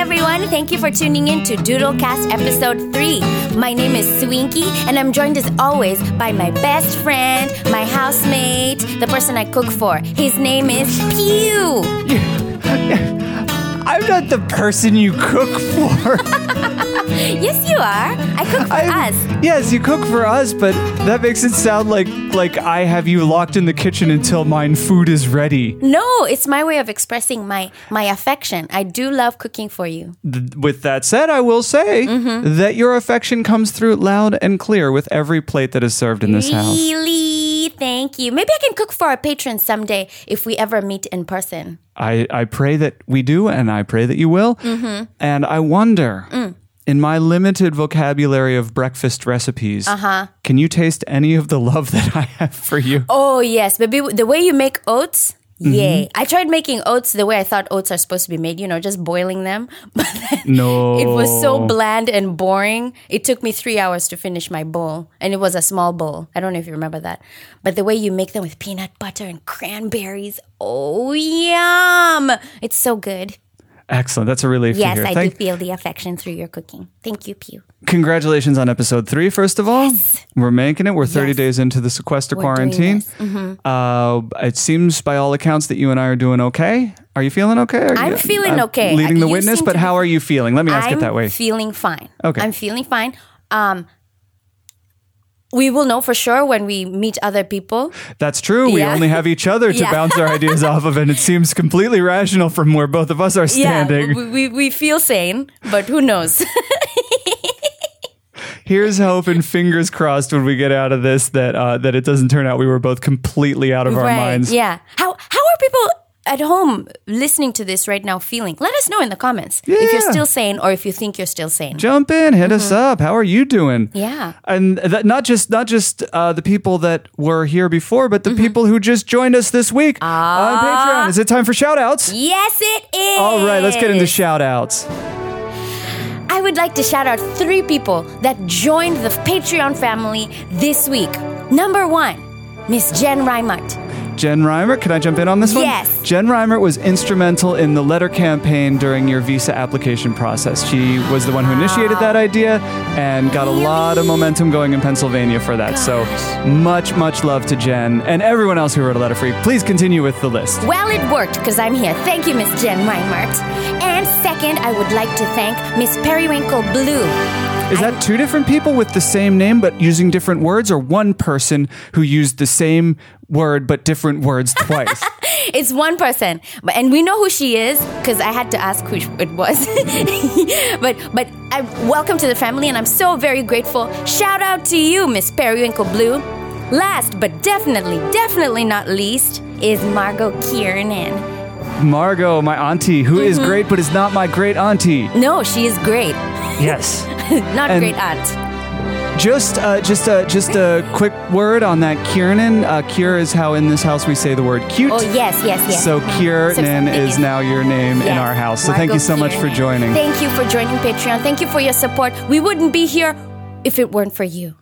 Thank you for tuning in to Doodlecast Episode 3. My name is Swinky, and I'm joined as always by my best friend, my housemate, the person I cook for. His name is Pew. I'm not the person you cook for. Yes, you are. I cook for I'm- us. Yes, you cook for us, but that makes it sound like like I have you locked in the kitchen until mine food is ready No, it's my way of expressing my my affection. I do love cooking for you. with that said, I will say Mm-hmm. that your affection comes through loud and clear with every plate that is served in this house. Really? Thank you. Maybe I can cook for our patrons someday if we ever meet in person. I, I pray that we do, and I pray that you will. Mm-hmm. And I wonder, Mm. in my limited vocabulary of breakfast recipes, uh-huh. can you taste any of the love that I have for you? Oh, yes. Baby, the way you make oats. Mm-hmm. Yay. I tried making oats the way I thought oats are supposed to be made, you know, just boiling them. But then No. it was so bland and boring. It took me three hours to finish my bowl. And it was a small bowl. I don't know if you remember that. But the way you make them with peanut butter and cranberries. Oh, yum. It's so good. Excellent. That's a relief to Yes, hear. I Thank- do feel the affection through your cooking. Thank you, Pew. Congratulations on episode three, first of all. We're making it. We're 30 days into the sequester doing Mm-hmm. quarantine. Uh, it seems, by all accounts, that you and I are doing okay. Are you feeling okay? Are I'm you- feeling okay. Leading the You witness, seem to but be- how are you feeling? Let me ask I'm it that way. feeling fine. Okay. I'm feeling fine. Um, we will know for sure when we meet other people. That's true. We Yeah. only have each other to Yeah. bounce our ideas off of, and it seems completely rational from where both of us are standing. Yeah, we, we, we feel sane, but who knows? Here's hope and fingers crossed when we get out of this that uh, that it doesn't turn out we were both completely out of our minds. Yeah. How how are people at home listening to this right now feeling? Let us know in the comments if Yeah. you're still sane or if you think you're still sane. jump in hit us up how are you doing Mm-hmm. Yeah. and that, not just not just uh, the people that were here before but the Mm-hmm. people who just joined us this week on patreon is it time for shout outs Ah. yes, it is. all right let's get into shout outs I would like to shout out three people that joined the Patreon family this week. Number one, Miss Jen Reimert. jen reimer can i jump in on this one Yes. jen reimer was instrumental in the letter campaign during your visa application process she was the one who initiated that idea and got a lot of momentum going in pennsylvania for that so much much love to jen and everyone else who wrote a letter for you please continue with the list Well, it worked because I'm here. Thank you, Miss Jen Reimert. And second, I would like to thank Miss Periwinkle Blue. Is that two different people with the same name but using different words, or one person who used the same word but different words twice? It's one person, but and we know who she is because I had to ask who sh- it was. but but I welcome to the family, and I'm so very grateful. Shout out to you, Miss Periwinkle Blue. Last but definitely, definitely not least, is Margot Kiernan. Margot, my auntie, who is Mm-hmm. great but is not my great auntie. No, she is great, Yes. not And- great aunt. Just, uh, just, uh, just a quick word on that. Kiernan, uh, cure is how in this house we say the word cute. Oh yes, yes, yes. So So Kiernan something is is- now your name in Yes, our house. So thank Margot you so much for Kiernan. joining. Thank you for joining Patreon. Thank you for your support. We wouldn't be here if it weren't for you.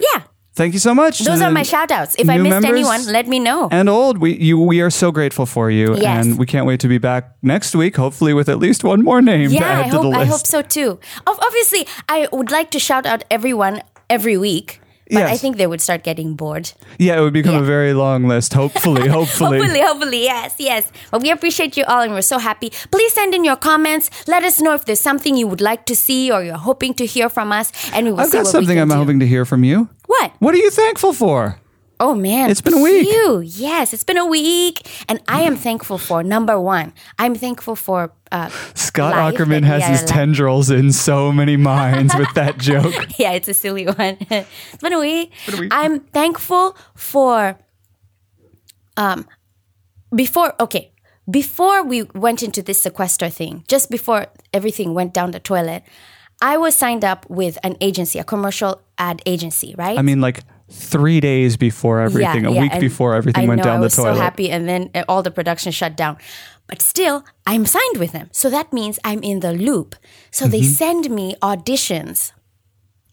Yeah, Thank you so much. those And are my shout outs. If I new missed members anyone, let me know. and old. We you we are so grateful for you, Yes. and we can't wait to be back next week. Hopefully, with at least one more name to yeah, add I to hope, the list. I hope so too. Ob- Obviously, I would like to shout out everyone every week, but Yes. I think they would start getting bored. Yeah, it would become a Yeah. very long list. Hopefully, hopefully. Hopefully, hopefully, yes, yes. But we appreciate you all and we're so happy. Please send in your comments. Let us know if there's something you would like to see or you're hoping to hear from us, and we will I've see got what something we I'm can do. hoping to hear from you. What? What are you thankful for? Oh man, It's been a week. You, yes, it's been a week, and I am thankful for number one. I'm thankful for uh, Scott Life Ackerman that has we his are li- tendrils in so many minds with that joke. yeah, it's a silly one. it's been a week. a week. I'm thankful for um before okay. Before we went into this sequester thing, just before everything went down the toilet, I was signed up with an agency, a commercial ad agency, right? I mean, like three days before everything, a week and before everything I went know, down I the was toilet. So happy, and then uh, all the production shut down. But still, I'm signed with them, so that means I'm in the loop. Mm-hmm. So they send me auditions,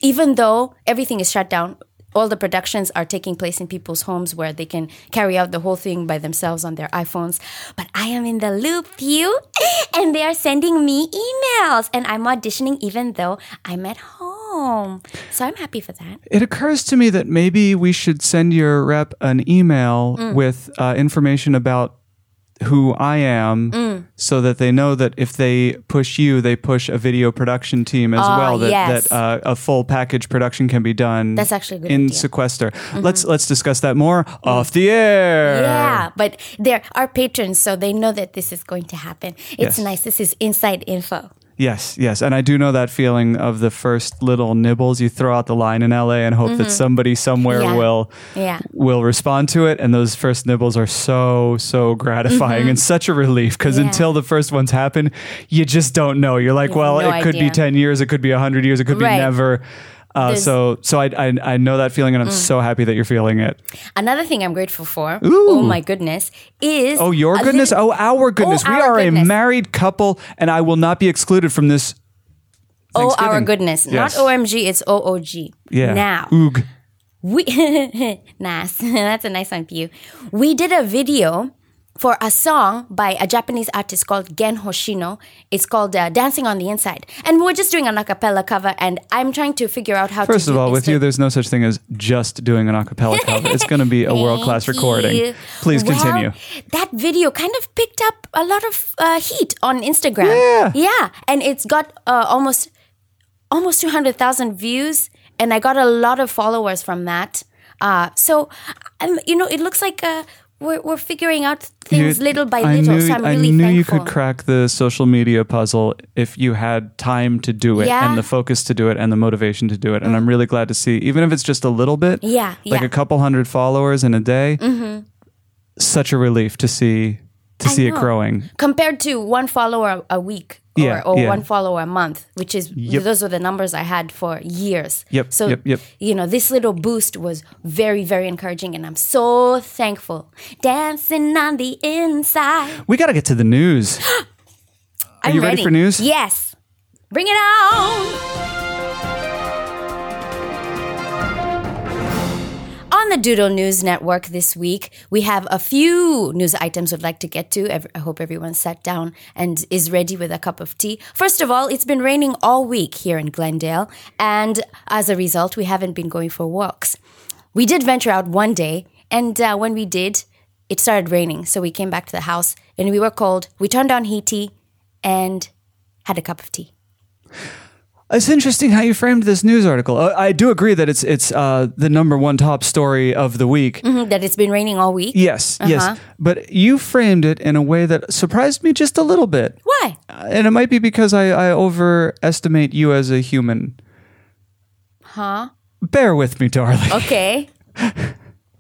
even though everything is shut down. all the productions are taking place in people's homes where they can carry out the whole thing by themselves on their iPhones. But I am in the loop, you, and they are sending me emails, and I'm auditioning even though I'm at home. So I'm happy for that. It occurs to me that maybe we should send your rep an email Mm. with uh, information about who I am Mm. so that they know that if they push you, they push a video production team as well, that, Ah, yes. that uh, a full package production can be done That's actually a good in idea. Mm-hmm. sequester. Let's, let's discuss that more off the air. Yeah, but they're our patrons, so they know that this is going to happen. It's Yes. nice. This is inside info. Yes, yes. And I do know that feeling of the first little nibbles. You throw out the line in LA and hope that somebody somewhere Mm-hmm. Yeah. will Yeah. will respond to it. And those first nibbles are so, so gratifying and such a relief because Mm-hmm. Yeah. until the first ones happen, you just don't know. You're like, have well, no it could be idea. 10 years, it could be 100 years, it could Right. be never. Uh, There's- so so I, I, I know that feeling Mm. and I'm so happy that you're feeling it. Another thing I'm grateful for. Ooh. Oh my goodness! Is Oh, your a goodness. little- Oh, our goodness. we our are a goodness. married couple and I will not be excluded from this. oh our Thanksgiving. goodness! Yes. Not OMG. It's OOG. Yeah. Now. Oog. We nice. That's a nice one for you. We did a video for a song by a Japanese artist called Gen Hoshino. It's called uh, "Dancing on the Inside," and we're just doing an a cappella cover. And I'm trying to figure out how. First to of do all, with instead- you, there's no such thing as just doing an acapella cover. It's going to be a world class Thank recording. you. Please Well, continue. That video kind of picked up a lot of uh, heat on Instagram. Yeah. Yeah, and it's got uh, almost almost 200,000 views and I got a lot of followers from that. Uh, so um, you know, it looks like uh, we're, we're figuring out things You- little by I little. Knew, so I'm I really knew thankful. you could crack the social media puzzle if you had time to do it Yeah. Mm. and the focus to do it and the motivation to do it. And I'm really glad to see, even if it's just a little bit, Yeah, like yeah. a couple hundred followers in a day, such a relief to see to I see it know. growing. compared to one follower a week or, Yeah, or yeah. one follower a month, which is those were the numbers I had for years. Yep, So yep, yep. you know, this little boost was very, very encouraging, and I'm so thankful. Dancing on the inside. We got to get to the news. Are you ready for news? Yes. Bring it on. On the Doodle News Network this week, we have a few news items we'd like to get to. Ev- I hope everyone sat down and is ready with a cup of tea. First of all, it's been raining all week here in Glendale, and as a result, we haven't been going for walks. We did venture out one day, and uh, when we did, it started raining, so we came back to the house and we were cold. We turned on heaty and had a cup of tea. It's interesting how you framed this news article. Uh, I do agree that it's it's uh, the number one top story of the week. Mm-hmm, That it's been raining all week. Yes, yes. But you framed it in a way that surprised me just a little bit. Why? Uh, And it might be because I, I overestimate you as a human. Huh? Bear with me, darling. Oh. Okay.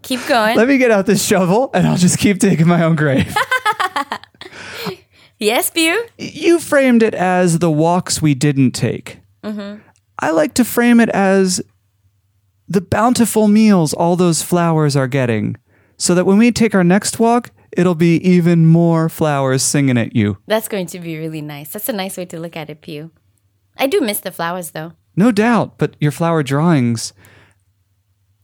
Keep going. Let me get out this shovel and I'll just keep digging my own grave. yes, Pew? you framed it as the walks we didn't take. I like to frame it as the bountiful meals all those flowers are getting, so that when we take our next walk, it'll be even more flowers singing at you. That's going to be really nice. That's a nice way to look at it, Pew. I do miss the flowers though. No doubt, but your flower drawings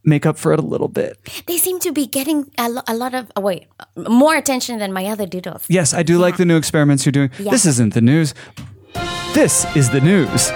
make up for it a little bit. They seem to be getting a, lo- a lot of, oh, wait, more attention than my other doodles. Yes, I do like the new experiments you're doing. Yeah. This isn't the news. This is the news.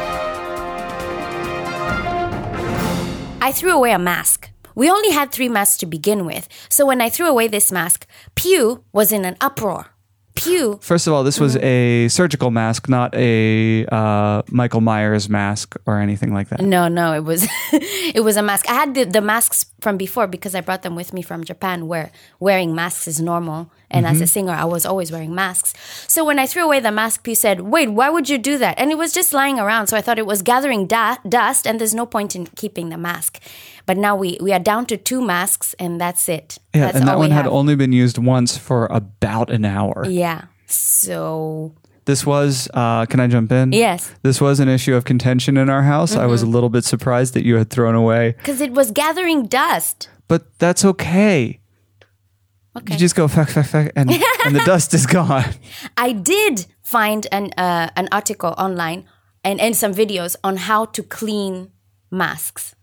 I threw away a mask. We only had three masks to begin with. So when I threw away this mask, Pew was in an uproar. Pew First of all, this was a surgical mask, not a uh, Michael Myers mask or anything like that. No, no, it was it was a mask. I had the, the masks from before because I brought them with me from Japan where wearing masks is normal. And Mm-hmm. as a singer, I was always wearing masks. So when I threw away the mask, P said, "Wait, why would you do that?" And it was just lying around, so I thought it was gathering da- dust and there's no point in keeping the mask. But now we we are down to two masks and that's it. Yeah, that's and that all one we had have. only been used once for about an hour. Yeah. So This was, uh, can I jump in? Yes. Mm-hmm. This was an issue of contention in our house. I was a little bit surprised that you had thrown away, cuz it was gathering dust. but that's okay. Okay. You just go, fuck, fuck, fuck, and, and the dust is gone. I did find an uh, an article online and, and some videos on how to clean masks.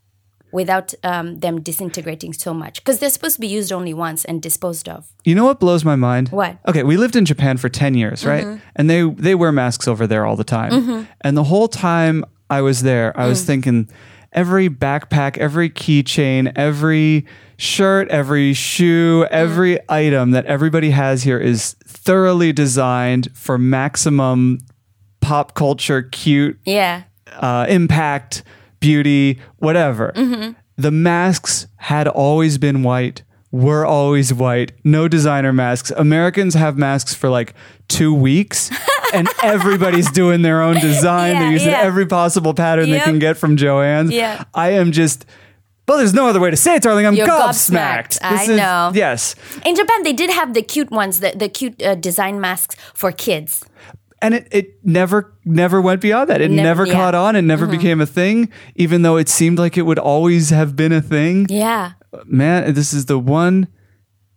without um, them disintegrating so much because they're supposed to be used only once and disposed of. You know what blows my mind? What? Okay, we lived in Japan for 10 years, right? And they they wear masks over there all the time. And the whole time I was there, I was thinking every backpack, every keychain, every shirt, every shoe, every item that everybody has here is thoroughly designed for maximum pop culture cute Yeah. uh, impact, beauty, whatever. Mm-hmm. The masks had always been white, were always white, no designer masks. Americans have masks for like two weeks. and everybody's doing their own design. Yeah, They're using yeah. every possible pattern Yep. they can get from Joanne's. Yeah. I am just, well, there's no other way to say it, darling. I'm You're gobsmacked. gobsmacked. I This is- know. Yes. In Japan, they did have the cute ones, the, the cute uh, design masks for kids. and it, it never never went beyond that. It Nev- never yeah. Mm-hmm. caught on. It never became a thing, even though it seemed like it would always have been a thing. Yeah. Man, this is the one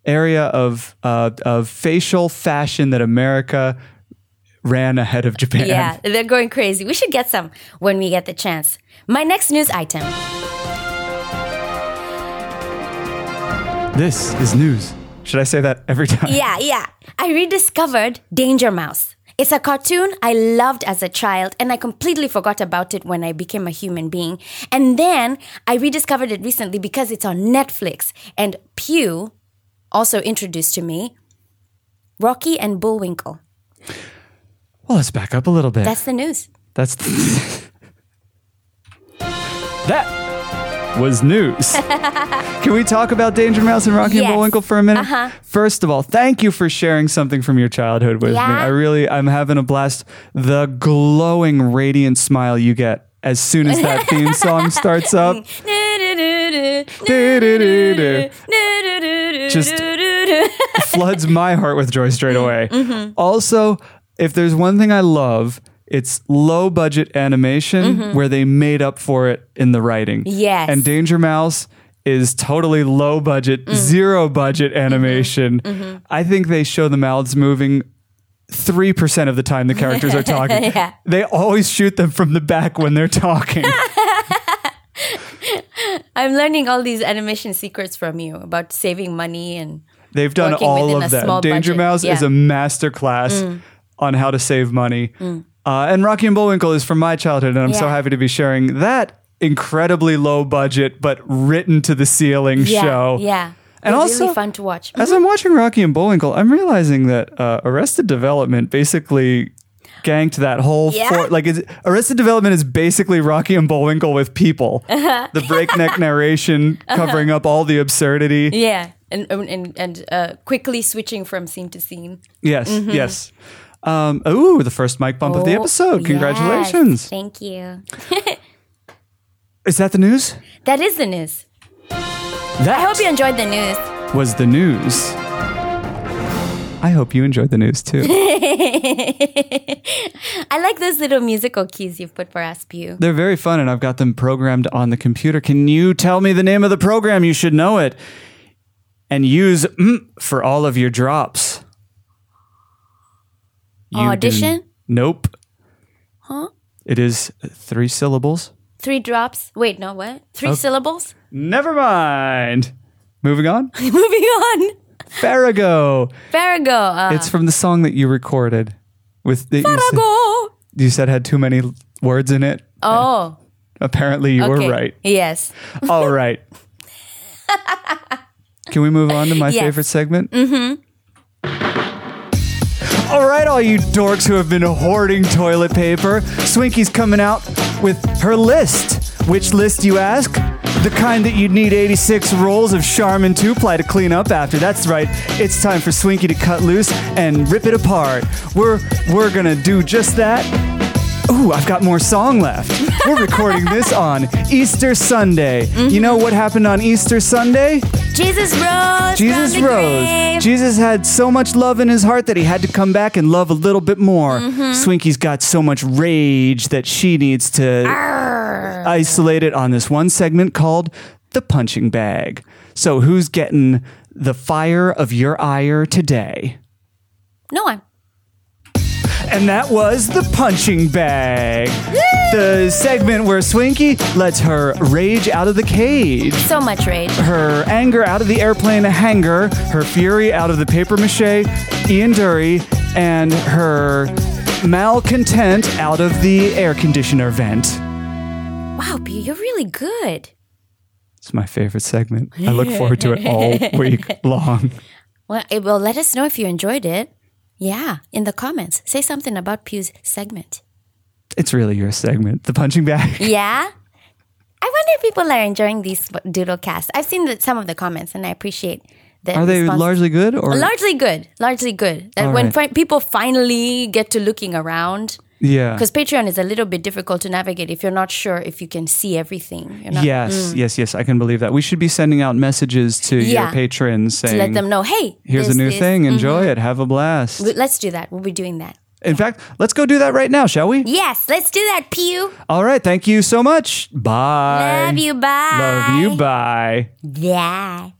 area of uh, of facial fashion that America ran ahead of Japan. Yeah, they're going crazy. We should get some when we get the chance. My next news item. This is news. Should I say that every time? Yeah, yeah. I rediscovered Danger Mouse. It's a cartoon I loved as a child, and I completely forgot about it when I became a human being. And then I rediscovered it recently because it's on Netflix. And Pew also introduced to me Rocky and Bullwinkle. Well, let's back up a little bit. That's the news. That's that was news. Can we talk about Danger Mouse and Rocky Yes. Uh-huh. and Bullwinkle for a minute? First of all, thank you for sharing something from your childhood with me. Yeah. I really, I'm having a blast. The glowing, radiant smile you get as soon as that theme song starts up. Do-do-do-do. floods my heart with joy straight Mm-hmm. away. Also, if there's one thing I love, it's low budget animation where they made up for it in the writing. Mm-hmm. Yes. And Danger Mouse is totally low budget, Mm. zero budget Mm-hmm. animation. I think they show the mouths moving. 3% of the time the characters are talking. Yeah. They always shoot them from the back when they're talking. I'm learning all these animation secrets from you about saving money and They've done working all within of a that. small Danger budget. Mouse is Yeah. Mm. a master class on how to save money. Uh, and Rocky and Bullwinkle is from my childhood, and I'm so Yeah. happy to be sharing that incredibly low budget but written to the ceiling yeah, show. Yeah. And They're also- really fun to watch. As I'm watching Rocky and Bullwinkle, I'm realizing that uh, Arrested Development basically ganked that whole Yeah. for- like it's, Arrested Development is basically Rocky and Bullwinkle with people. The breakneck narration Uh-huh. covering up all the absurdity. Yeah, and and and uh, quickly switching from scene to scene. Yes, yes. Um, ooh, the first mic bump of the Mm-hmm. Oh, episode. yes. Congratulations. Thank you. Is that the news? That is the news. I That hope you enjoyed the news. was the news. I hope you enjoyed the news too. I like those little musical keys you've put for us, Pew. They're very fun and I've got them programmed on the computer. Can you tell me the name of the program? You should know it. And use mm for all of your drops. You do- Audition? Nope. Huh? It is three syllables. Three drops. Wait, no, what? Three syllables. Never mind. Moving on. Moving on. Farrago. Farrago. Uh, It's from the song that you recorded with that you said, Farrago. you said had too many l- words in it. Oh, Apparently, you okay. were right. Yes. All right. Can we move on to my Yes. favorite segment? Mm-hmm. All right, all you dorks who have been hoarding toilet paper, Swinky's coming out with her list. Which list, you ask? The kind that you'd need 86 rolls of Charmin 2 ply to clean up after. That's right, it's time for Swinky to cut loose and rip it apart. We're, we're gonna do just that Ooh, I've got more song left. We're recording this on Easter Sunday. You know what happened on Easter Sunday? Jesus rose. Jesus from the rose. grave. Jesus had so much love in his heart that he had to come back and love a little bit more. Mm-hmm. Swinky's got so much rage that she needs to isolate it on this one segment called the punching bag. So, who's getting the fire of your ire today? no one. And that was the punching bag. The segment where Swinky lets her rage out of the cage, So much rage. her anger out of the airplane hangar, her fury out of the paper mache, Ian Dury, and her malcontent out of the air conditioner vent. Wow, B, you're really good. It's my favorite segment. I look forward to it all week long. Well, it will let us know if you enjoyed it. Yeah, in the comments. Say something about Pew's segment. It's really your segment, the punching bag. Yeah? I wonder if people are enjoying these doodle casts. I've seen the, some of the comments and I appreciate the Are they responses. largely good or largely good largely good that All when right. fi- people finally get to looking around yeah? because patreon is a little bit difficult to navigate if you're not sure if you can see everything you're not Yes, yes, yes. I can believe that. We should be sending out messages to your Mm. Yeah. patrons saying, to let them know hey "Here's there's a new this." Mm-hmm. thing. Enjoy it. Have a blast." W- let's do that we'll be doing that In fact, let's go do that right now, shall we? yes let's do that pew All right. Thank you so much. Bye. love you bye Love you. Bye. bye